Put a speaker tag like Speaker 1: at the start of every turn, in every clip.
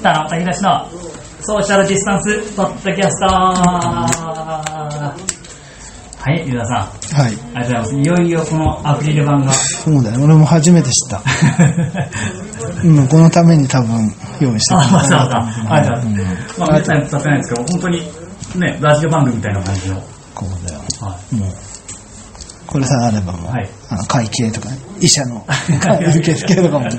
Speaker 1: 北野武しのソーシャルディスタンスポッドキャストはい、皆さん、
Speaker 2: はい。
Speaker 1: ありがとうございます。いよいよこのアクリル板が
Speaker 2: そうだよ。俺も初めて 知った。うん、このために多分用意した
Speaker 1: あ、ま
Speaker 2: か
Speaker 1: さ
Speaker 2: な
Speaker 1: か、ありがとうございます。まあ、皆さん使ってないんですけど、本当にね、ラジオ番組みたいな感じの。は
Speaker 2: こうだよ。
Speaker 1: い
Speaker 2: もう、これさえあればもう、
Speaker 1: はい
Speaker 2: あの会計とかね、医者 の会計系とかもも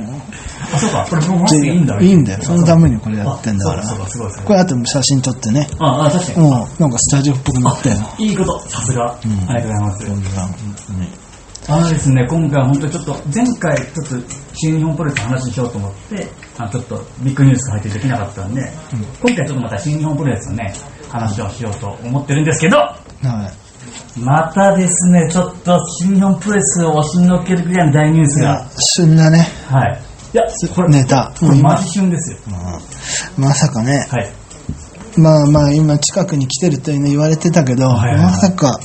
Speaker 1: あ、そうか、これ僕マ
Speaker 2: う、
Speaker 1: ジでいいんだ
Speaker 2: いいんだよ。そのためにこれやってんだから
Speaker 1: あ。そうか、そうか、すごいです
Speaker 2: こ
Speaker 1: ね。
Speaker 2: れあと写真撮ってね、
Speaker 1: あ、あ、確かに。
Speaker 2: もうなんかスタジオっぽくなったよ。
Speaker 1: いいこと、さすが。ありがとうございます。
Speaker 2: こういう番組
Speaker 1: あのですね、今回は本当にちょっと、前回ちょっと新日本プロレスの話にしようと思って、あのちょっとビッグニュースが入ってできなかったんで、今回ちょっとまた新日本プロレスのね、話をしようと思ってるんですけど、
Speaker 2: はい。
Speaker 1: またですね、ちょっと新日本プロレスを押しのけるぐらいの大ニュース
Speaker 2: い
Speaker 1: が
Speaker 2: や、、旬なね、
Speaker 1: はい。いや、これ、
Speaker 2: ネタ。
Speaker 1: これマジ旬ですよ。
Speaker 2: うんまさかね、
Speaker 1: はい。
Speaker 2: まあまあ今近くに来てるというの言われてたけど、
Speaker 1: はいはいはい
Speaker 2: まさか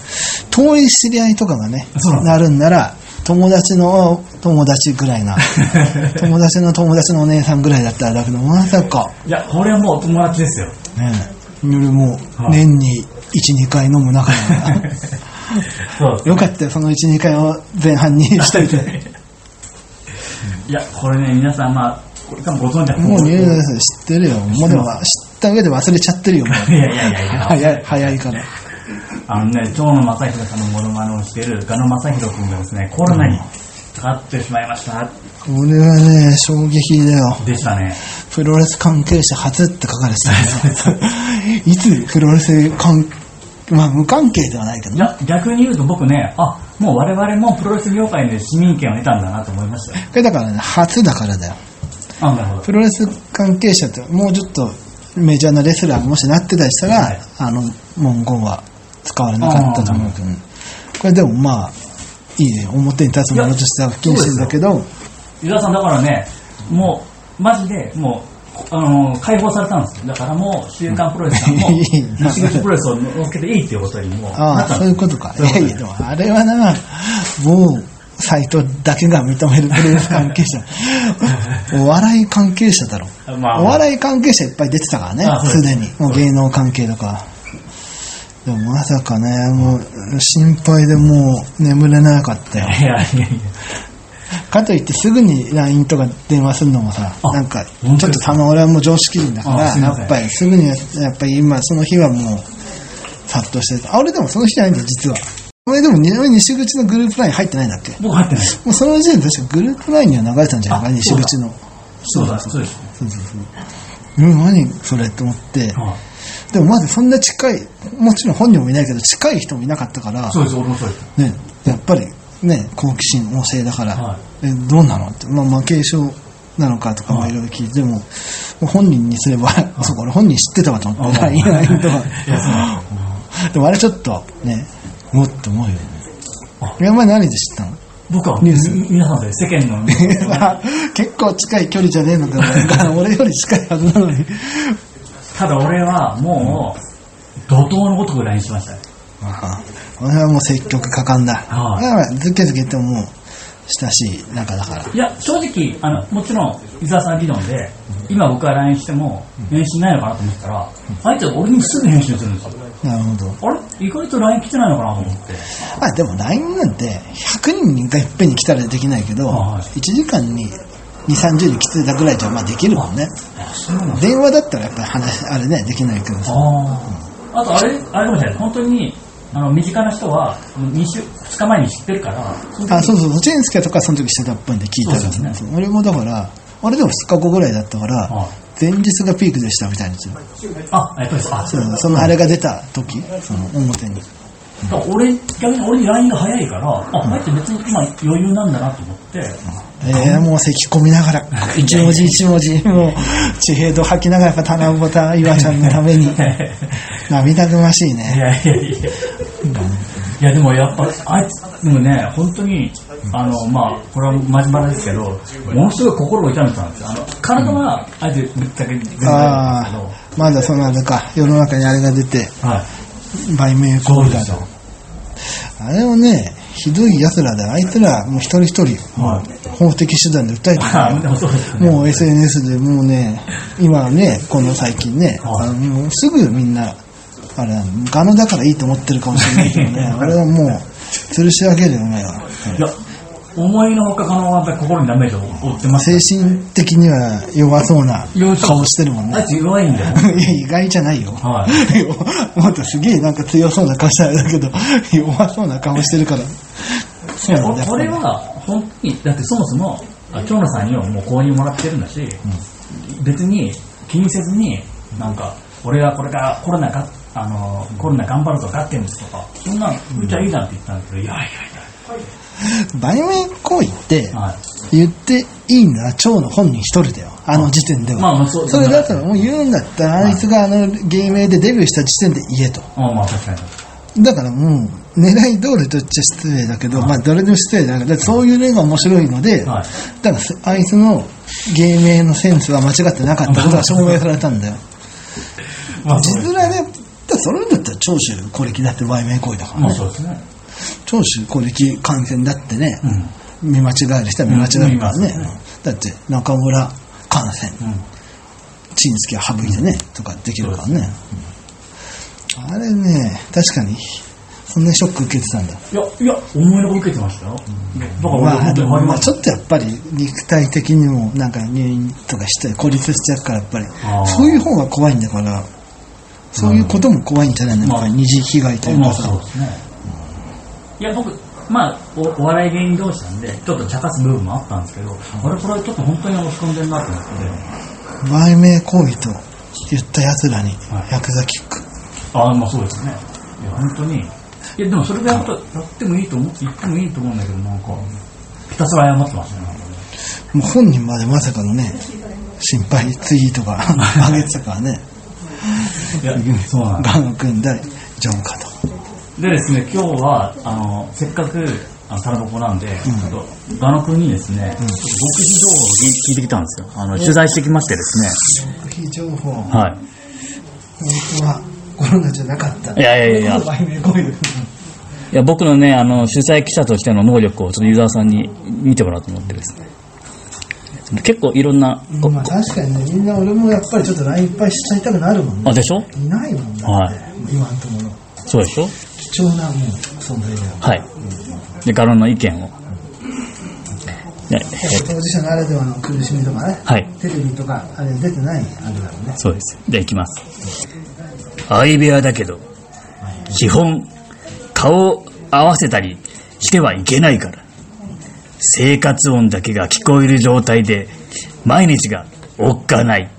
Speaker 2: 遠い知り合いとかがね
Speaker 1: そうなん
Speaker 2: なるんなら友達の友達ぐら いな友達の友達のお姉さんぐらいだったらだけどまさか
Speaker 1: いや、これはもうお友達ですよ。
Speaker 2: ね夜も
Speaker 1: は
Speaker 2: う
Speaker 1: い
Speaker 2: 年に12回飲む仲だから
Speaker 1: そうです
Speaker 2: よかったよその12回を前半にしと いて
Speaker 1: いや、これね、皆さん、まあ、これ多分ご存知だと思
Speaker 2: もう
Speaker 1: うん
Speaker 2: ニュ
Speaker 1: で
Speaker 2: ー
Speaker 1: す
Speaker 2: ス知ってるよもうでも知った上で忘れちゃってるよもう
Speaker 1: けど。いやいやいやいや。
Speaker 2: 早い早いから
Speaker 1: あのね、長野正弘さんのモノマネをしているガ野正弘君がですね、コロナにかかってしまいました。
Speaker 2: 俺はね衝撃だよ
Speaker 1: でしたね。
Speaker 2: プロレス関係者初って書かれてた んですよいつプロレス関、まあ無関係ではないけど
Speaker 1: い
Speaker 2: ね。
Speaker 1: や、逆に言うと僕ね、あ、もう我々もプロレス業界で市民権を得たんだなと思いましたよ。
Speaker 2: これだからね、初だからだよ。
Speaker 1: あ、なるほど。
Speaker 2: プロレス関係者って、もうちょっとメジャーなレスラーがもしなってたりしたら、
Speaker 1: はい
Speaker 2: あの文言は使われなかったと思うけど、これでもまあ、いいね。表に立つものとしては不謹慎だけど、
Speaker 1: 伊沢さん、だからね、もう、マジで、もう、あの解放されたんですよ。だからもう、週刊プロレスさんも、
Speaker 2: いいな
Speaker 1: 西口プロレスを乗っけていいっていうことにもう
Speaker 2: あ
Speaker 1: なっ
Speaker 2: あ、
Speaker 1: たん
Speaker 2: そ
Speaker 1: です
Speaker 2: うい
Speaker 1: よ
Speaker 2: うことか。い
Speaker 1: そういうこ
Speaker 2: や
Speaker 1: と
Speaker 2: いや、でもあれはな、もう、サイトだけが認めるプロレス関係 者。お笑い関係者だろ。
Speaker 1: あまあ
Speaker 2: お笑い関係者いっぱい出てたからね
Speaker 1: あ、そう
Speaker 2: す
Speaker 1: で
Speaker 2: でに。もう芸能関係とか。でもまさかね、もう、心配でもう眠れなかったよ。
Speaker 1: いやいやいや。
Speaker 2: かといってすぐに LINE とか電話するのもさ
Speaker 1: あ
Speaker 2: なんか
Speaker 1: 本
Speaker 2: ち
Speaker 1: 当
Speaker 2: ょっ
Speaker 1: で
Speaker 2: と
Speaker 1: すか
Speaker 2: たま俺はもう常識人だか
Speaker 1: あ
Speaker 2: ら
Speaker 1: すい
Speaker 2: や
Speaker 1: ません
Speaker 2: っぱりすぐにやっぱり今その日はもう殺到してあ俺でもその日じゃないんだよ実は俺でもに西口のグループ LINE 入ってないんだっけ
Speaker 1: 僕入ってない。
Speaker 2: もうその時点で確かグループ LINE には流れてたんじゃないか
Speaker 1: あ
Speaker 2: な西口の
Speaker 1: そうだ、そうです。
Speaker 2: そうそうそううん何それと思って
Speaker 1: はい
Speaker 2: でもまずそんな近いもちろん本人もいないけど近い人もいなかったから
Speaker 1: そうです、俺もそうです。
Speaker 2: ね、やっぱり、ね、好奇心旺盛だから、
Speaker 1: は
Speaker 2: えどうなのって、まあ、まあ軽症なのかとか
Speaker 1: は
Speaker 2: も
Speaker 1: い
Speaker 2: いろいろ聞いて、ももう本人にすれば、 そうか俺本人知ってたわと思って、
Speaker 1: はい
Speaker 2: LINE と
Speaker 1: いやそう
Speaker 2: か。 でもあれちょっとね、もっと思うよね
Speaker 1: あ。
Speaker 2: 今まで何で知ったの
Speaker 1: 僕は
Speaker 2: ニュース
Speaker 1: み皆さんで世間のニュース
Speaker 2: 結構近い距離じゃねえのか な俺より近いはずなのに。
Speaker 1: ただ俺はもう怒涛のごとく LINE しましたね
Speaker 2: ああ俺はもう積極果敢だ。だ
Speaker 1: はい
Speaker 2: から、ずけずけってもう、親しい仲だから。
Speaker 1: いや正直あのもちろん伊沢さん理論で今僕が LINE しても返信ないのかなと思ったら相手は俺にすぐ返信するんですよ
Speaker 2: なるほど。
Speaker 1: あれ意外と LINE 来てないのかなと思って
Speaker 2: まあでも LINE なんて100人がいっぺんに来たらできないけど、
Speaker 1: はい
Speaker 2: 1時間に230人来てたぐらいじゃまあできるもんね
Speaker 1: あそうなんだ
Speaker 2: 電話だったらやっぱり話あれねできないけどさ
Speaker 1: あーあとあれあれかもしれない本当にあの身近な人は2週2日前に知ってるからそ
Speaker 2: あそう
Speaker 1: う
Speaker 2: そうそうチェンスケとかその時してたっぽいんで聞いたら
Speaker 1: そうですよね
Speaker 2: そう俺もだから俺でも2日後ぐらいだったから、
Speaker 1: は
Speaker 2: 前日がピークでしたみたいな
Speaker 1: あやっぱりそうあ
Speaker 2: そうそのあれが出た時その表に
Speaker 1: だから俺、逆に俺に LINE が早いから、あ、入って別に今余裕なんだなと思って、
Speaker 2: えー、もう咳込みながら一文字一文字もう地平道吐きながらやっぱ棚ぼた岩ちゃんのために
Speaker 1: いやい
Speaker 2: 涙ぐましいね
Speaker 1: やいやいや。いやでもやっぱ、あいつ、でもね、本当に、あの、まあ、これは真面目ですけど、ものすごい心を痛めてたんですよ。あの、体は、あいつぶっちゃけ全然ですけど、
Speaker 2: ああ
Speaker 1: は
Speaker 2: まだそのあれか世の中にあれが出て
Speaker 1: い。
Speaker 2: 売名行
Speaker 1: そう
Speaker 2: 為
Speaker 1: で
Speaker 2: だ
Speaker 1: すよ
Speaker 2: と。あれをねひどい奴らで、あいつら、もう一人一人、
Speaker 1: はい
Speaker 2: 法的手段で訴えてる
Speaker 1: あでもそうですね。
Speaker 2: もう SNS でもうね、今はね、この最近ね、
Speaker 1: はい
Speaker 2: あのもうすぐみんな、あれ、ガノだからいいと思ってるかもしれないけ どね、あれはもう、吊るし上げるよ、お前は。
Speaker 1: いや、思いのほか、このやっぱり心にダメージを負ってます
Speaker 2: 精
Speaker 1: ね。
Speaker 2: 神的には弱そうな
Speaker 1: 弱そう
Speaker 2: 顔してるもん
Speaker 1: あい
Speaker 2: ね。
Speaker 1: つ弱いんだよ。
Speaker 2: いや、意外じゃないよ。
Speaker 1: は
Speaker 2: もっとすげえなんか強そうな顔してあれだけど、弱そうな顔してるから。そうなんだ
Speaker 1: これは、本当に、だってそもそも、あ蝶野さんにはもう購入もらってるんだし、別に気にせずに、なんか、俺はこれからコロナが、あの、コロナ頑張るぞ、ガッテンですとか、そんなん、うちゃいいじゃんって言ったんだけど、いやいやい
Speaker 2: 売名行為って
Speaker 1: や、、はい。
Speaker 2: 言っていいんだ蝶の本人一人だよあの時点では、
Speaker 1: まあまあそう
Speaker 2: それだったらもう言うんだったらあいつがあの芸名でデビューした時点で言えと
Speaker 1: あまあ確かに。
Speaker 2: だからもう狙い通りと言っちゃ失礼だけど、まあどれでも失礼だけどそういう例が面白いので、
Speaker 1: はい
Speaker 2: だからせあいつの芸名のセンスは間違ってなかったことが証明されたんだよ
Speaker 1: まあ
Speaker 2: 字
Speaker 1: そうです
Speaker 2: 面でだからそれだったら長州小力だって売名行為だから
Speaker 1: まあ
Speaker 2: ね
Speaker 1: そうですね。
Speaker 2: 長州小力感染だってね、
Speaker 1: うん。
Speaker 2: 見間違える人は見間違えるからね、
Speaker 1: うん見ま
Speaker 2: だって中村感染
Speaker 1: うん。
Speaker 2: チンスケは省いてね、とかできるからね、あれね確かにそんなにショック受けてたんだ
Speaker 1: いや、いや、思いのほか受けてましたよ。だから俺、
Speaker 2: まあ、
Speaker 1: 本当に
Speaker 2: でも
Speaker 1: 思い
Speaker 2: ま
Speaker 1: ま
Speaker 2: あ
Speaker 1: し
Speaker 2: ち
Speaker 1: た。
Speaker 2: ょっとやっぱり肉体的にもなんか入院とかして孤立しちゃうからやっぱり
Speaker 1: あー
Speaker 2: そういう方が怖いんだからそういうことも怖いんじゃないのやっぱり二次被害という
Speaker 1: まあ
Speaker 2: かさ、
Speaker 1: そうですね。いや、僕、まあお、お笑い芸人同士なんで、ちょっと茶化す部分もあったんですけど、俺、これちょっと本当に落ち込んでるなと思って。
Speaker 2: 売名行為と言った奴らに
Speaker 1: はい
Speaker 2: ヤクザキック、
Speaker 1: ああ、まあそうですね。いや、本当に。いや、でもそれでやっぱやってもいいと思って、言ってもいいと思うんだけど、なんか、ひたすら謝ってましたね、なんかね。
Speaker 2: もう本人までまさかのね心配ツイートが上げてたからね
Speaker 1: いや、そうなんだ。
Speaker 2: ガン君誰ジョンかと
Speaker 1: でですね、今日は、あの、せっかく、あの、タラボコなんで、ちょっと、ガノ君にですね、ちょっと極秘情報を聞いてきたんですよ。あの、取材してきましてですね。
Speaker 2: 極秘情報本
Speaker 1: はい。
Speaker 2: 当はコロナじゃなかった
Speaker 3: いやいやいや、
Speaker 2: 売名行為
Speaker 3: いや僕のね、あの、主催記者としての能力をちょっとユーザーさんに見てもらおうと思ってですね。結構いろんな、こ
Speaker 2: まあ確かにねみんな俺もやっぱりちょっと LINE いっぱいしちゃいたくなるもんね
Speaker 3: あ、でしょ
Speaker 2: いないもんだって、
Speaker 3: はい
Speaker 2: 今のところ
Speaker 3: そうでしょ
Speaker 2: 貴重なもう存在だよ
Speaker 3: はい。で、ガロンの意見を。でえー
Speaker 2: 当事者ならではの苦しみとかね、
Speaker 3: はい
Speaker 2: テレビとかあれ出てないあれだろうね
Speaker 3: そうです。で、いきます。相部屋だけど、基本、顔を合わせたりしてはいけないから。生活音だけが聞こえる状態で、毎日がおっかない。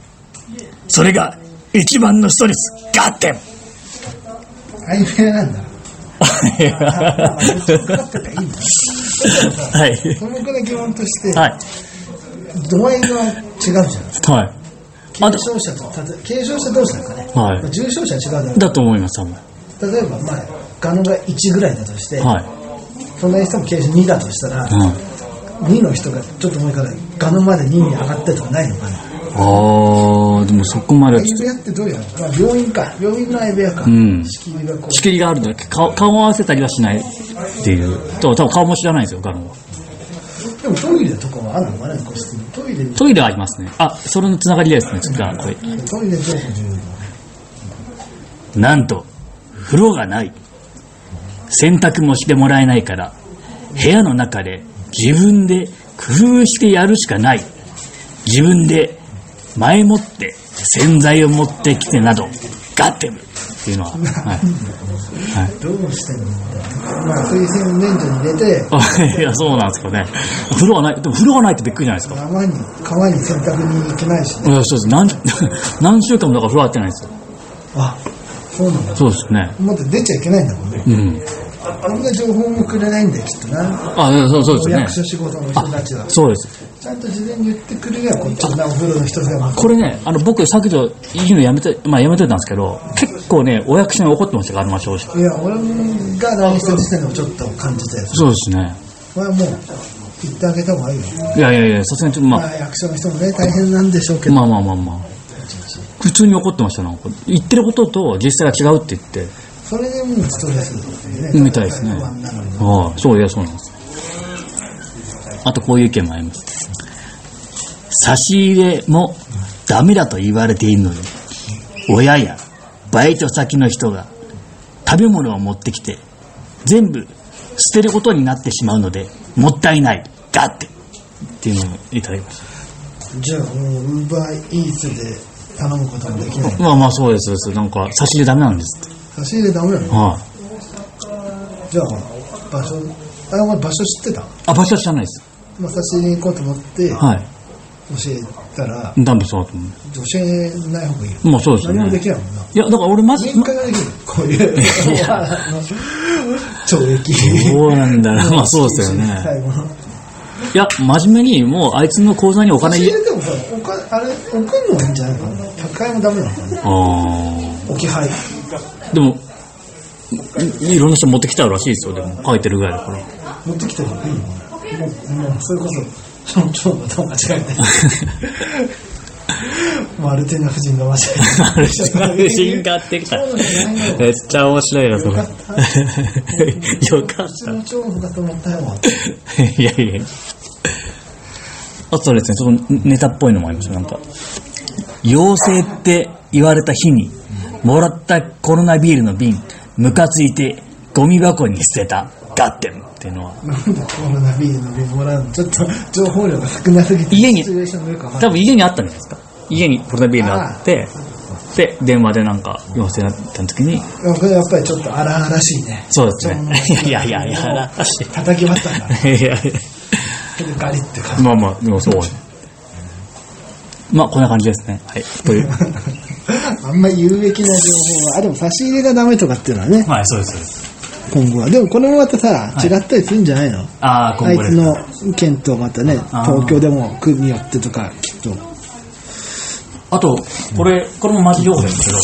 Speaker 3: それが一番のストレス、ガ ッテン
Speaker 2: 相部屋なんだ
Speaker 3: はい。
Speaker 2: そのくらい疑問として、
Speaker 3: はい。
Speaker 2: 度合いが違うじゃん
Speaker 3: はい。あ
Speaker 2: 軽症者と例え軽症者同士だからね、
Speaker 3: はい
Speaker 2: まあ重症者は違うだろう
Speaker 3: だと思います、多分。
Speaker 2: 例えばまあガノが1ぐらいだとして、
Speaker 3: は
Speaker 2: 隣の人も軽症2だとしたら、
Speaker 3: い。はい。
Speaker 2: 2の人がちょっと重いからガノまで2に上がったりとかないのかな
Speaker 3: ああ、でもそこまではちょっ
Speaker 2: 相部屋ってどうやろう、まあ、病院か病院の相部屋か、
Speaker 3: うん
Speaker 2: 仕切りがこと
Speaker 3: 仕切りがあるだけ顔、顔を合わせたりはしないっていう。と、多分顔も知らないんですよ、ガロンは。
Speaker 2: うでもトイレとかはあるのかな個室にトイレ
Speaker 3: トイレはありますね。あ、それのつながりですね。ちょっとじゃあ、これ。
Speaker 2: トイレ情報重要だ
Speaker 3: なんと、風呂がない。洗濯もしてもらえないから、部屋の中で自分で工夫してやるしかない。自分で前もって洗剤を持ってきてなど、ガッテムっていうのは。はい。
Speaker 2: どうしてんのまあ推薦免除に入れて
Speaker 3: はい、いや、そうなんですかね。風呂はない、でも風呂がないってびっくりじゃないですか。
Speaker 2: 山に川に洗濯に行けないしね
Speaker 3: いや、そうです。何、何週間もだから風呂入ってないんですよ。
Speaker 2: あそうなんだ
Speaker 3: そうですね。
Speaker 2: もっと出ちゃいけないんだもんね
Speaker 3: うん。
Speaker 2: こんな情報もくれないんだよきっとな
Speaker 3: あ、そうそう
Speaker 2: お
Speaker 3: で
Speaker 2: 役
Speaker 3: す
Speaker 2: 所
Speaker 3: よね。
Speaker 2: 仕事の人たちは
Speaker 3: そうです。
Speaker 2: ちゃんと事前に言ってくれればこっちのお風呂の人が
Speaker 3: これね、あの、僕、削除、いいのやめて、まあ、やめといたんですけど、結構ね、お役所に怒ってましたから、まあ、正直。
Speaker 2: いや俺が直した時点でもちょっと感じたやつ
Speaker 3: そうですね。
Speaker 2: これはもう言ってあげた方がいいよ
Speaker 3: いやいやいや、さすがにちょっと、ま
Speaker 2: まあ、役所の人もね、大変なんでしょう
Speaker 3: あ、
Speaker 2: けど、
Speaker 3: まあまあまあまあ。普通に怒ってましたよなんか言ってることと実際が違うって言って、
Speaker 2: それでもうストレスとかね
Speaker 3: みたいですね。ああ、そういや、そうなんです。あと、こういう意見もあります。差し入れもダメだと言われているのに、親やバイト先の人が食べ物を持ってきて、全部捨てることになってしまうので、もったいない。だって。っていうのをいただきまし
Speaker 2: じゃあもうウーバーイーツで頼むこともできない
Speaker 3: た。まあまあ、そうです。そうですなんか、差し入れダメなんですって。
Speaker 2: 差し入れダメなの
Speaker 3: はい、
Speaker 2: じゃあ場所あお前場所知ってた
Speaker 3: あ。場所は知らないです。
Speaker 2: まあ差し入れに行こうと思って教
Speaker 3: はい。
Speaker 2: えたら
Speaker 3: ダメそうだと思
Speaker 2: 教えない方がいいよ
Speaker 3: う。まあ、そうですよ
Speaker 2: 何もで
Speaker 3: ね。
Speaker 2: きないもんない
Speaker 3: や、だから俺、 まず、
Speaker 2: 民間ができるこういう
Speaker 3: いや
Speaker 2: あの 懲役
Speaker 3: そうなんだな。まあそうですよね。
Speaker 2: 最後の
Speaker 3: いや、真面目に、もうあいつの口座にお
Speaker 2: 差
Speaker 3: 金
Speaker 2: し
Speaker 3: 入
Speaker 2: 入
Speaker 3: れ、
Speaker 2: れでもさおかあれ送るのはいいんじゃないかな宅配もダメなのかな
Speaker 3: あ
Speaker 2: 置き配
Speaker 3: あ。でも、いいろんな人持ってきたらしいですよ、でも。書いてるぐらいだから。
Speaker 2: 持ってきた方がいいのかなもうもうそれこそ村長のと間違いないマル テナ夫人が間違いない
Speaker 3: あれ、写真買ってきた。めっちゃ面白いな、それ。よかっ
Speaker 2: うちの長婦がと思ったよ
Speaker 3: た。 いやいや。あとですね、ちょっとネタっぽいのもありました、なんか。妖精って言われた日に、もらったコロナビールの瓶、ムカついて、ゴミ箱に捨てた、ガッテンっていうのは、
Speaker 2: なんでコロナビールのビボラーのちょっと情報量が少なすぎて
Speaker 3: 家に
Speaker 2: シチュエーションがよくわかんな
Speaker 3: 多
Speaker 2: い
Speaker 3: 分家にあったんじゃないですか。家にコロナビールがあって、で、電話でなんか、陽性になった時に、
Speaker 2: でもこれやっぱりちょっと荒々しいね
Speaker 3: そうですね。いやいやいや、やらしい。
Speaker 2: 叩き割った んだ
Speaker 3: いやいや
Speaker 2: 手でガリって感じ
Speaker 3: まあまあ、でもそう。まあ、こんな感じですね。はい。と いう。
Speaker 2: あんま有益な情報はあでも差し入れがダメとかっていうのはね
Speaker 3: はい、そうです、そうです。
Speaker 2: 今後はでもこれもまたさ違ったりするんじゃないの、
Speaker 3: ああ、
Speaker 2: あ
Speaker 3: 今
Speaker 2: い
Speaker 3: 後で
Speaker 2: つ
Speaker 3: す。
Speaker 2: の県とまたね
Speaker 3: あー
Speaker 2: 東京でも区によってとかきっと
Speaker 1: あと、これ、これもマジ用語ですけど、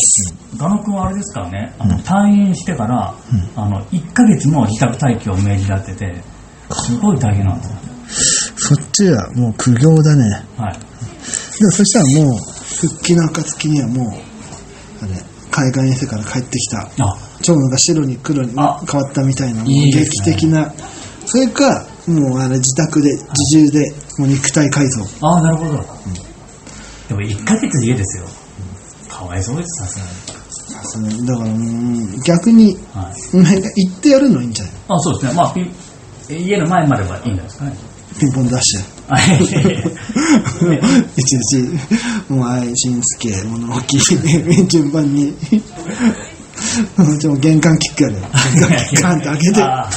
Speaker 1: ガ野君はあれですからね、あの退院してから、あの、1ヶ月も自宅待機を命じられてて、すごい大変なんですよ。
Speaker 2: そっちはもう苦行だね
Speaker 1: はい。
Speaker 2: でもそしたらもう復帰の暁にはもうあれ海外遠征から帰ってきた
Speaker 1: あ、
Speaker 2: 蝶野が白に黒に変わ
Speaker 1: あ
Speaker 2: ったみたいなもう
Speaker 1: いいで
Speaker 2: 劇
Speaker 1: すね
Speaker 2: 的なそれかもうあれ自宅で自重でもう肉体改造
Speaker 1: ああ、なるほど。でも1ヶ月家ですよ。かわいそうです、さす
Speaker 2: さすがにだからもう逆に
Speaker 1: がに。はい。
Speaker 2: お前が行ってやるのいいんじゃない
Speaker 1: あそうですね。まあ、ピン家の前まではいいんじゃないですかね。
Speaker 2: ピンポンダッ シュ
Speaker 1: あいやいやいや
Speaker 2: 一日もう愛心助物置順番にじゃあ玄関キックやるよ玄関キックガンって開けて
Speaker 1: あ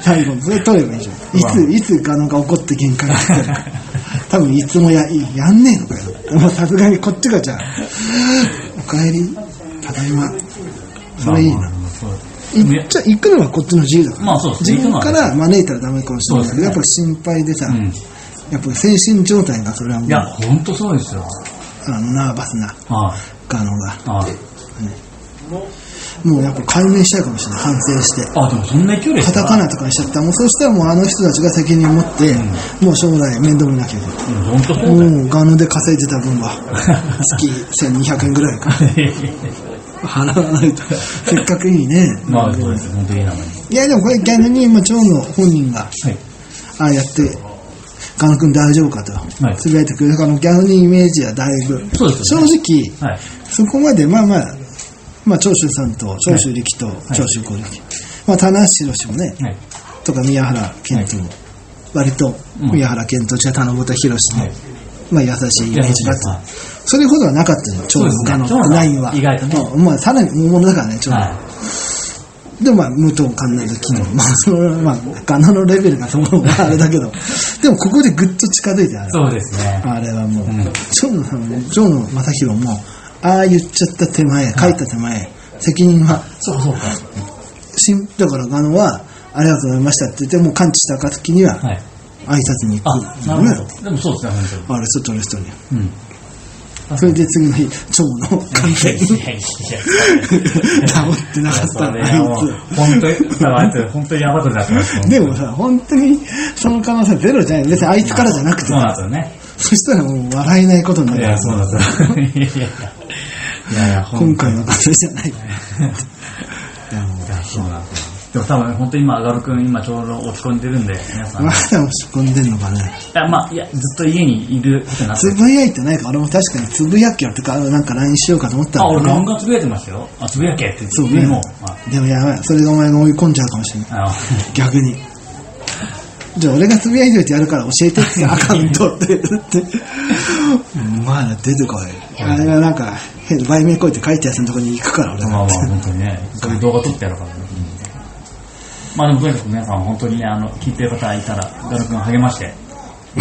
Speaker 2: 最後にそれ取ればいいじゃんいついつガノが怒って喧嘩にしてるか多分いつもややんねえのかよもうさすがにこっちがじゃあ「おかえりただいま」それい い
Speaker 1: まあ
Speaker 2: な
Speaker 1: まあそう
Speaker 2: 行っちゃ行くのはこっちの自由だから、
Speaker 1: まあそうですね
Speaker 2: 自分から招いたらダメかもしれないけど、や
Speaker 1: そ
Speaker 2: っ
Speaker 1: う
Speaker 2: ぱ心配でさ、
Speaker 1: うん。
Speaker 2: やっぱ精神状態がそれはも
Speaker 1: いうや、
Speaker 2: あ
Speaker 1: ほんとそうですよ。
Speaker 2: のナーバスな
Speaker 1: はい。
Speaker 2: ガノが
Speaker 1: あ
Speaker 2: もうやっぱ解明しちゃうかもしれない反省して
Speaker 1: あ、でもそんな勢いで
Speaker 2: カ
Speaker 1: す
Speaker 2: タカナとかにしちゃったらもうそうしたらもうあの人たちが責任を持って、もう将来面倒見なきゃいけない
Speaker 1: うん、ほんとそうだよ。
Speaker 2: もうガノで稼いでた分は月1200円ぐらいか払わ ないとせっかくいいね
Speaker 1: まあ、そうですよ。本当にいい名前。
Speaker 2: いやでもこれ逆に今蝶の本人が
Speaker 1: はい。
Speaker 2: ああやってガノ君大丈夫かと
Speaker 1: い
Speaker 2: つぶやいてくれるから逆にイメージはだいぶ
Speaker 1: そうです
Speaker 2: 正
Speaker 1: よね
Speaker 2: 直
Speaker 1: はい。
Speaker 2: そこまでまあまあまあ長州さんと長州力と長州小力まあ棚橋宏もね
Speaker 1: はい。
Speaker 2: とか宮原健人も、割と
Speaker 1: うん
Speaker 2: 宮原健人じゃ田中宏も、
Speaker 1: はい
Speaker 2: まあ優しいイメージだった
Speaker 1: はい
Speaker 2: それほどはなかったのよ長
Speaker 1: そうですね
Speaker 2: 男の
Speaker 1: 長男
Speaker 2: ナインは
Speaker 1: 意外とね
Speaker 2: うんまあさらに大物だからね長男、
Speaker 1: は
Speaker 2: でもまあ武藤官内の機能、 まあそのまあガナのレベルがそこがあれだけど でもここでぐっと近づいてあ
Speaker 1: い。
Speaker 2: る
Speaker 1: そうですね。
Speaker 2: あれはもう、
Speaker 1: ん
Speaker 2: 長野さんも長野正宏もああ言っちゃった手前書いた手前、責任は
Speaker 1: そうそうか。
Speaker 2: しんだからガノはありがとうございましたって言ってもう完治した暁には、
Speaker 1: はい。
Speaker 2: 挨拶に行
Speaker 1: あ、
Speaker 2: く
Speaker 1: なるほど。でもそうですね、本
Speaker 2: あれ外の人に
Speaker 1: 当に。うん。
Speaker 2: それで次の日腸の完全に 治
Speaker 1: いやいやいや。
Speaker 2: ってなかったのあい
Speaker 1: 本当に、だからあいつ、本当にやばくなってます
Speaker 2: つでもさ本当にその可能性ゼロじゃない別にあいつからじゃなくて
Speaker 1: そうなんですよね。
Speaker 2: そしたらもう笑えないことにないる
Speaker 1: や、そうなんですよ。いやいや、いやいや、ほん
Speaker 2: 今回はこれじゃないでも
Speaker 1: いやそうなんですよでも多分本当に今、あがる君、今ちょうど落ち込んでるんで、皆さん。い
Speaker 2: まだ落ち込んでんのかね
Speaker 1: や、まあ、いや、ずっと家にいることになって
Speaker 2: つ
Speaker 1: る。
Speaker 2: ぶやいてないか俺も確かにつぶやきやとかなんか LINE しようかと思った
Speaker 1: あ、俺ガン
Speaker 2: も
Speaker 1: ガンつぶやいてましたよ。あ、つぶやけって言って。
Speaker 2: そうね
Speaker 1: もう、あ
Speaker 2: でもやばいそれがお前が追い込んじゃうかもしれない
Speaker 1: あの、
Speaker 2: 逆にじゃあ俺がつぶやいといてやるから教えてってアカウントって 言ってお前ら出てこいあれはなんか変売名こいて書いたやつのとこに行くから俺
Speaker 1: まあま
Speaker 2: も
Speaker 1: あ、本当にね、そういう動画撮ってやるからね。まあでもとにかく皆さん本当にね、あの、聞いてる方いたら、ガル君励まして。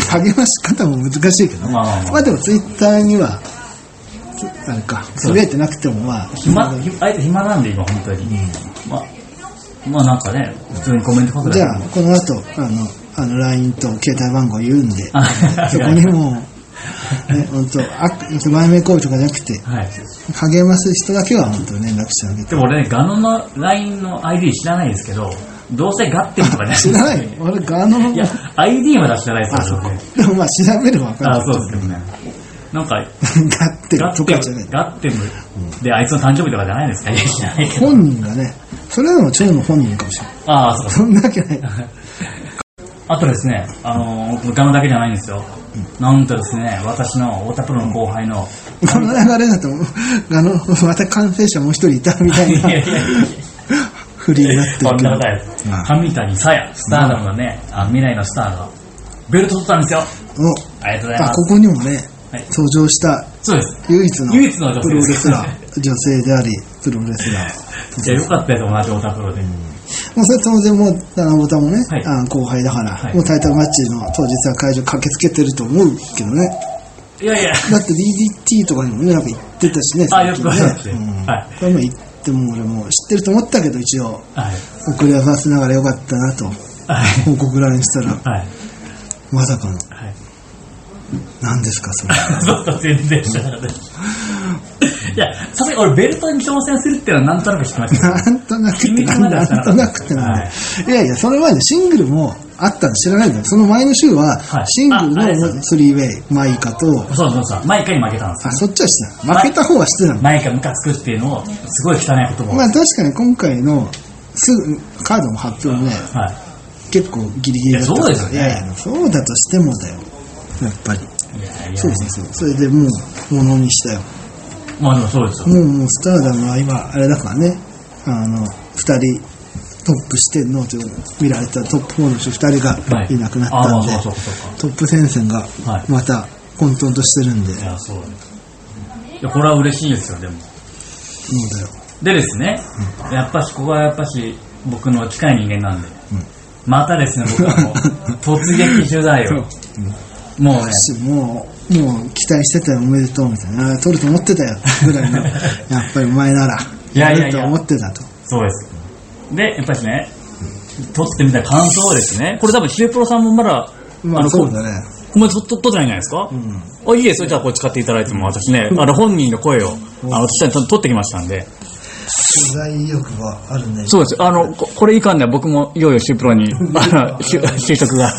Speaker 2: 励まし方も難しいけどね
Speaker 1: まあまあまあ
Speaker 2: まあでもツイッターにはつあれかつぶやいてなくてもまあ
Speaker 1: 暇、ひあえて暇なんで今本当に。まあ、まあなんかね、普通にコメント書くだけ
Speaker 2: じ
Speaker 1: で
Speaker 2: ゃあ
Speaker 1: も。
Speaker 2: この後あのあの LINE と携帯番号言うんで
Speaker 1: あ
Speaker 2: そこにもう、ね、本当、あ、前目行為とかじゃなくて、
Speaker 1: はい。
Speaker 2: 励ます人だけは本当に連絡してあげ
Speaker 1: で
Speaker 2: て。
Speaker 1: も俺ね、ガノの LINE の ID 知らないですけど、どうせガッテンとかね。
Speaker 2: 知らない よ。俺、ガーノ
Speaker 1: いや、ID まだ知らないで
Speaker 2: あ、
Speaker 1: す
Speaker 2: そ
Speaker 1: よ
Speaker 2: うか
Speaker 1: ね。。
Speaker 2: でもまあ、調べればわか
Speaker 1: あ、
Speaker 2: る。
Speaker 1: そうですけどね。なんか、
Speaker 2: ガッテン
Speaker 1: ガ
Speaker 2: と
Speaker 1: ッテ
Speaker 2: かじゃない
Speaker 1: ム、。ガッテムで、あいつの誕生日とかじゃないですかいや、知ら ないけど。
Speaker 2: 本人がね、それでもチェーンの本人かもしれない。
Speaker 1: ああ、そう
Speaker 2: そんなわけない。
Speaker 1: あとですね、あのー、このガムだけじゃないんですよ。なんとですね、私の太田プロの後輩の、
Speaker 2: この流れだと、あの、また感染者もう一人いたみたい
Speaker 1: いやいやい
Speaker 2: な
Speaker 1: や
Speaker 2: ふりになって
Speaker 1: そ
Speaker 2: る
Speaker 1: ん
Speaker 2: け
Speaker 1: な
Speaker 2: ど
Speaker 1: ことないです
Speaker 2: うん。
Speaker 1: 上谷さや、スターダムのね、あの未来のスターが、ベルト取ったんですよ。ありがとうござい
Speaker 2: お。あ、
Speaker 1: ます
Speaker 2: こ。こにもね
Speaker 1: はい、
Speaker 2: 登場した
Speaker 1: そうです。
Speaker 2: 唯一の
Speaker 1: 唯一の女性
Speaker 2: プロレスラー。女性であり、プロレスラー。
Speaker 1: じゃあよかったです、同じ太田プロで。
Speaker 2: もうそれ当然もう、七夕もね、
Speaker 1: はい
Speaker 2: あの後輩だから、
Speaker 1: はい
Speaker 2: もうタイトルマッチの当日は会場駆けつけてると思うけどね。
Speaker 1: いやいや、
Speaker 2: だって DDT とかにもね、なんか行ってたしね、
Speaker 1: あ、よくわかりま
Speaker 2: ね
Speaker 1: す。
Speaker 2: うん
Speaker 1: はい。
Speaker 2: これも行っても俺もう知ってると思ったけど、一応、
Speaker 1: はい。
Speaker 2: 送り合わせながらよかったなと、
Speaker 1: はい。
Speaker 2: 報告欄にしたら、
Speaker 1: はい。
Speaker 2: まさかの、
Speaker 1: はい。
Speaker 2: 何です か、それ。
Speaker 1: そうか、全然知らなかったです。いや、さすがに俺ベルトに挑戦するっていうのはなんとなく知ってま したよ。
Speaker 2: なんとなくってなんだ、なんとなくってなんだ。
Speaker 1: はい
Speaker 2: い、やいや、その前にシングルもあったの知らないんだよ。その前の週は
Speaker 1: は、い
Speaker 2: シングル
Speaker 1: ああれですよ
Speaker 2: の
Speaker 1: ね
Speaker 2: スリーウェイ、マイカと、
Speaker 1: そうそうそう。毎回負けたんですよ
Speaker 2: あ、そっちはしてた。負けた方はしてたの。
Speaker 1: 前からムカつくっていうのを、すごい汚い言葉を。
Speaker 2: まあ確かに今回のすぐカードの発表もね、
Speaker 1: は
Speaker 2: 結構ギリギリだったから
Speaker 1: いやそうですよね
Speaker 2: いやいや、そうだとしてもだよ。やっぱり。
Speaker 1: い。いやいや、
Speaker 2: そうそうそう。それでもう、ものにしたよ。
Speaker 1: まあでもそうですよ。
Speaker 2: もう、もう、スターダムは今、あれだからね、あの、二人、トップ四天王と見られたトップ4のうち二人が
Speaker 1: はい
Speaker 2: いなくなったんで、
Speaker 1: あまあそうかそう
Speaker 2: トップ戦線が
Speaker 1: はい
Speaker 2: また混沌としてるんで、
Speaker 1: いや、そういや、これは嬉しいですよ、でも。
Speaker 2: もうだよ。
Speaker 1: でですね、やっぱし、ここはやっぱし、僕の近い人間なんで、またですね、僕 はもう、突撃取材を。もうね、
Speaker 2: しもう、もう期待してたよ、おめでとうみたいな、あー取ると思ってたよ、ぐら いの、やっぱりお前なら、
Speaker 1: いやいや
Speaker 2: る
Speaker 1: いや
Speaker 2: と思ってたと。
Speaker 1: そうです。で、やっぱしね、撮ってみた感想をですね、これ多分、ヒレプロさんもまだ、
Speaker 2: ま
Speaker 1: あ
Speaker 2: あ
Speaker 1: の
Speaker 2: そうだね。
Speaker 1: お前、と、と、とってないんじゃないですかうん。あ、いいですよ。じゃあ、これ使っていただいても、私ね、あの、本人の声を、あの、私はと取ってきましたんで。
Speaker 2: 取材意欲はあるね。
Speaker 1: そうです。あの、ここれいかんね、僕も、いよいよシュープロに、あの、 就就職が。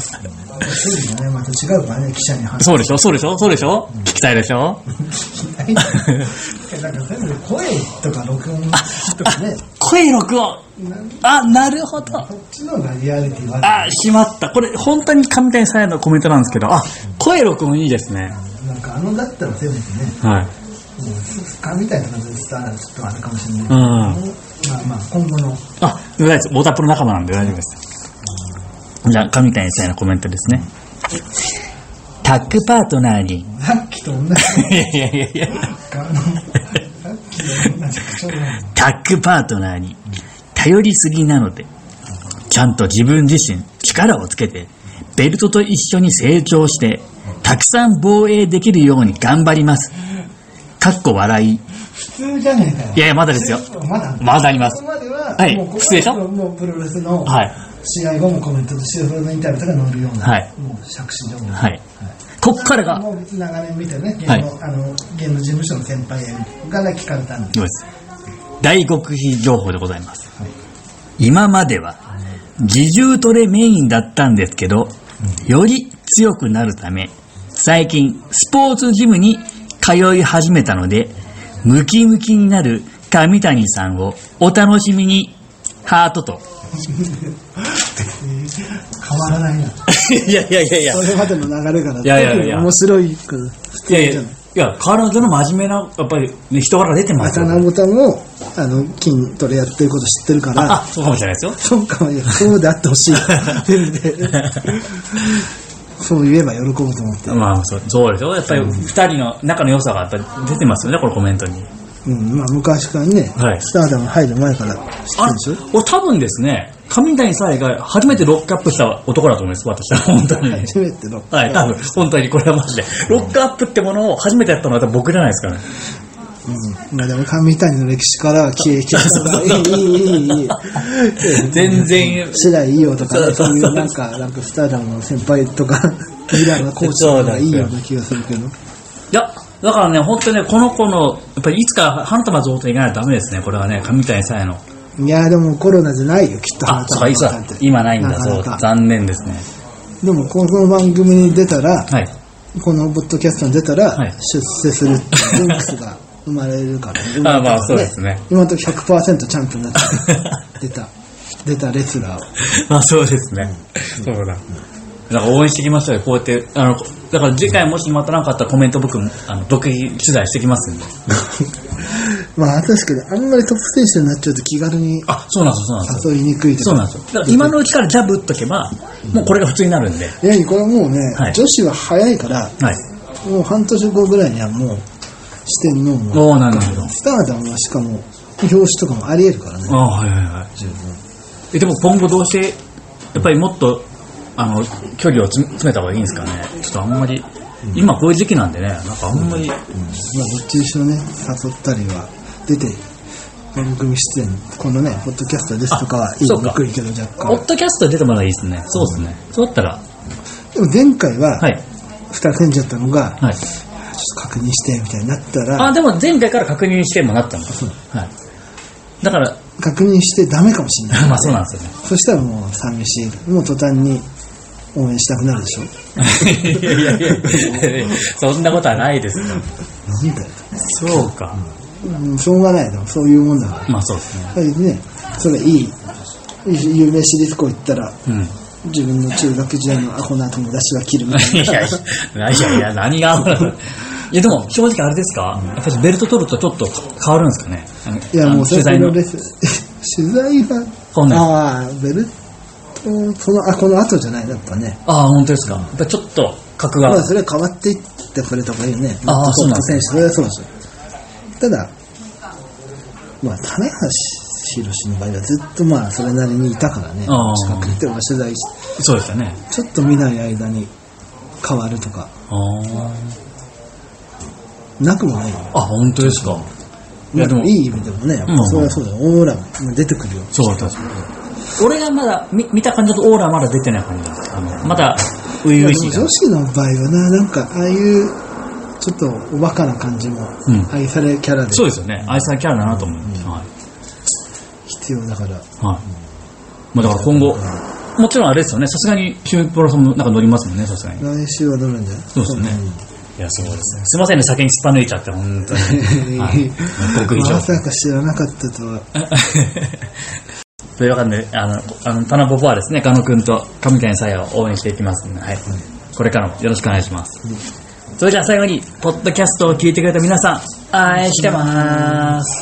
Speaker 2: そうだね、また違うからね、記者に話
Speaker 1: そうでしょそうでしょそうでしょ聞きたいでしょ
Speaker 2: しない。 なんか全部声とか録音とかね、
Speaker 1: 声録音あ、なるほど
Speaker 2: こっちの方がリアリティはあ
Speaker 1: あ、しまった。これ、本当に神谷さんへのコメントなんですけど、あ、声録音いいですね。
Speaker 2: る。なんかあのだったら全部ね、
Speaker 1: はい。
Speaker 2: もうスカみたいな感じで伝わるちょっとあれかもしれないけ
Speaker 1: う
Speaker 2: ど、
Speaker 1: ん。
Speaker 2: ま
Speaker 1: あ、
Speaker 2: あまあ今後の、
Speaker 1: でも大丈夫です。ウォータープロ仲間なんで大丈夫です。じゃあ、神谷さんへのコメントですね。タッグパートナーに。
Speaker 2: さっきと同じ
Speaker 1: いやいやいやいや。
Speaker 2: あの、さっきの同じ口調なの。
Speaker 3: タッグパートナーに頼りすぎなので、ちゃんと自分自身力をつけて、ベルトと一緒に成長して、たくさん防衛できるように頑張ります。かっこ笑い。い
Speaker 2: 普通じゃねえかよ。
Speaker 3: やいや、まだですよ。
Speaker 2: まだあんの
Speaker 3: まだありま
Speaker 2: こ
Speaker 3: す。
Speaker 2: こまでは、
Speaker 3: はい
Speaker 2: もうここま
Speaker 3: 失礼した
Speaker 2: もうプロレスの
Speaker 3: はい。
Speaker 2: 試合後もコメントとして、プロのインタビューとか載るような、
Speaker 3: はい
Speaker 2: もう着信情報。
Speaker 3: はい。こっからが、
Speaker 2: もう長年見てね、芸
Speaker 3: はい
Speaker 2: 能、あの、芸能事務所の先輩から聞かれたんで。
Speaker 3: そうです。大極秘情報でございます。今までは、自重トレメインだったんですけど、より強くなるため、最近、スポーツジムに通い始めたので、ムキムキになる上谷さんをお楽しみに
Speaker 1: ハートと。
Speaker 2: 変わらないな。
Speaker 1: いやいやいやいや。
Speaker 2: それまでの流れから、
Speaker 1: いやいやいや
Speaker 2: 特に面白いく、普
Speaker 1: いやい
Speaker 2: 通じ
Speaker 1: や
Speaker 2: ゃない。、
Speaker 1: 彼女の真面目な、やっぱり、ね、人柄が出てます
Speaker 2: 渡
Speaker 1: よ。
Speaker 2: 辺ボタンも、あの、筋トレやってること知ってるから、
Speaker 1: あ、そうかもしれないですよ。
Speaker 2: そうかもね、そうであって ほしい。全然そう言えば喜ぶと思って。
Speaker 1: まあ、そうそうでしょやっぱり二人の仲の良さがやっぱり出てますよね、このコメントに。
Speaker 2: うん、まあ昔からね、
Speaker 1: はい
Speaker 2: スターダム入る前から知って
Speaker 1: あ
Speaker 2: るでしょ
Speaker 1: 俺多分ですね、上谷沙絵が初めてロックアップした男だと思います、私は。本当に。
Speaker 2: 初めての。
Speaker 1: はい、多分、本当にこれはマジで。ロックアップってものを初めてやったのは多分僕じゃないですかね。
Speaker 2: うん。まあでも上谷の歴史から消え消えたから、いいいいい いいい。
Speaker 1: 全然、
Speaker 2: 白井いいよとか
Speaker 1: そ
Speaker 2: ね、
Speaker 1: う
Speaker 2: そ
Speaker 1: そう
Speaker 2: う
Speaker 1: そう
Speaker 2: いうなんか、なんかスターダムの先輩 とか、ミラーのコーチとかがいいような気がするけど。
Speaker 1: いや、だからね、本当にね、この子の、やっぱりいつか花束贈呈いかないとダメですね、これはね、上谷さえの。
Speaker 2: いやでもコロナじゃないよ、きっと。
Speaker 1: あ、そうか、いつだ今ないんだ、
Speaker 2: なか
Speaker 1: そう
Speaker 2: な、か
Speaker 1: 残念ですね。
Speaker 2: でもこの番組に出たら、
Speaker 1: はい。
Speaker 2: このポッドキャストに出たら、
Speaker 1: はい
Speaker 2: 出世するっていうジンクス が生まれるから、生まれたから
Speaker 1: まあそうですね
Speaker 2: 今のところ100%チャンプに なってる出た出たレスラーを
Speaker 1: まあそうですね。そうだ。だから応援していきましょうよ、こうやって。あの、だから次回もしまたなかったらコメント僕も、あの、独自取材してきますんで。
Speaker 2: まあ確かにあんまりトップ選手になっちゃうと気軽に
Speaker 1: あ、そうなんですよ、そうなんですよ。
Speaker 2: 誘いにくいとか
Speaker 1: そうなんですよ。だから今のうちからジャブ打っとけば、もうこれが普通になるんで。
Speaker 2: いやこれはもうね、
Speaker 1: はい
Speaker 2: 女子は早いから
Speaker 1: はい。
Speaker 2: もう半年後ぐらいにはもう四天王も
Speaker 1: おー、なるほど。
Speaker 2: スターダムはしかも表紙とかもありえるからね
Speaker 1: ああー、はいはいはい。
Speaker 2: 十分
Speaker 1: えでも今後どうしてやっぱりもっとあの距離をつ詰めた方がいいんですかねちょっとあんまり、今こういう時期なんでねなんかあんまり、
Speaker 2: まあ、どっちにしろね、誘ったりは、出て、番組出演、このね、ポッドキャストですとかは
Speaker 1: あ
Speaker 2: 言
Speaker 1: そう
Speaker 2: い
Speaker 1: か
Speaker 2: にくいけど、若
Speaker 1: ポ
Speaker 2: 干
Speaker 1: ッ。ドキャスト出てもらえばいいですねそうですね、そうだったら
Speaker 2: でも前回は、
Speaker 1: はい
Speaker 2: 二人んじゃったのが、
Speaker 1: はい
Speaker 2: ちょっと確認して、みたいになったら、
Speaker 1: あでも前回から確認してもなったのかはいだから
Speaker 2: 確認してダメかもしれない。
Speaker 1: まあそうなんですよね
Speaker 2: そしたらもう寂しい。もう途端に応援したくなるでしょ。
Speaker 1: いやいやいやそんなことはないですよ
Speaker 2: なんだよ。
Speaker 1: そうか、
Speaker 2: うんしょうがないの。そういうもんだか
Speaker 1: まあそうですね
Speaker 2: ら。やっぱりね、それいい。有名私立校行ったら、
Speaker 1: うん
Speaker 2: 自分の中学時代のアホな友達が切るみ
Speaker 1: い
Speaker 2: たいな。
Speaker 1: やいや、いやいや、何が合うのいや、でも、正直あれですか、やっぱりベルト取るとちょっと変わるんですかねあの
Speaker 2: いや、もう
Speaker 1: 取
Speaker 2: そ
Speaker 1: 材
Speaker 2: れ
Speaker 1: の
Speaker 2: の。レス、 取材は、
Speaker 1: そうなんです
Speaker 2: ああ、ベルト、その、あ、この後じゃない、やっぱね。
Speaker 1: ああ、本当ですか。やっぱちょっと、格が
Speaker 2: まあ、。それは変わっていってくれた方がいいよね。
Speaker 1: あー
Speaker 2: もっと
Speaker 1: そうなん
Speaker 2: トップ
Speaker 1: ですね
Speaker 2: 選手、それはそうですよ。ただ、まあ、棚橋宏の場合はずっとまあ、それなりにいたからね
Speaker 1: あー、
Speaker 2: 近くにいて、俺取材し、
Speaker 1: そうですよね。
Speaker 2: ちょっと見ない間に変わるとか、
Speaker 1: あー
Speaker 2: なくもないよ。
Speaker 1: あ、本当ですか。いや、でも、
Speaker 2: いい意味でもね、やっぱそれはそうだよ。オーラも出てくるよ。
Speaker 1: そうだ、確かに。俺がまだ見見た感じだとオーラまだ出てない感じなんですあのまだ初
Speaker 2: い
Speaker 1: 々
Speaker 2: やで
Speaker 1: し
Speaker 2: も
Speaker 1: いか
Speaker 2: 女
Speaker 1: ら
Speaker 2: 子の場合はな、なんかああいうちょっとおバカな感じも
Speaker 1: うん
Speaker 2: 愛されキャラで
Speaker 1: そうですよね愛されキャラだなと思います、はい
Speaker 2: 必要だから、
Speaker 1: はいまあ、だから今後もちろんあれですよねさすがにキュープロさんもなんか乗りますもんねさすがに
Speaker 2: 来週はどうなんじゃない。
Speaker 1: そうですね。いや、そうですね。すいませんね、先にすっぱ抜いちゃって、本当に はい極意上
Speaker 2: まさか知らなかったとは。
Speaker 1: というわけで、あの、あの、田中ポはですね、ガ野くんと上谷さやを応援していきますんで、はい。これからもよろしくお願いします。それじゃあ最後に、ポッドキャストを聞いてくれた皆さん、愛してます。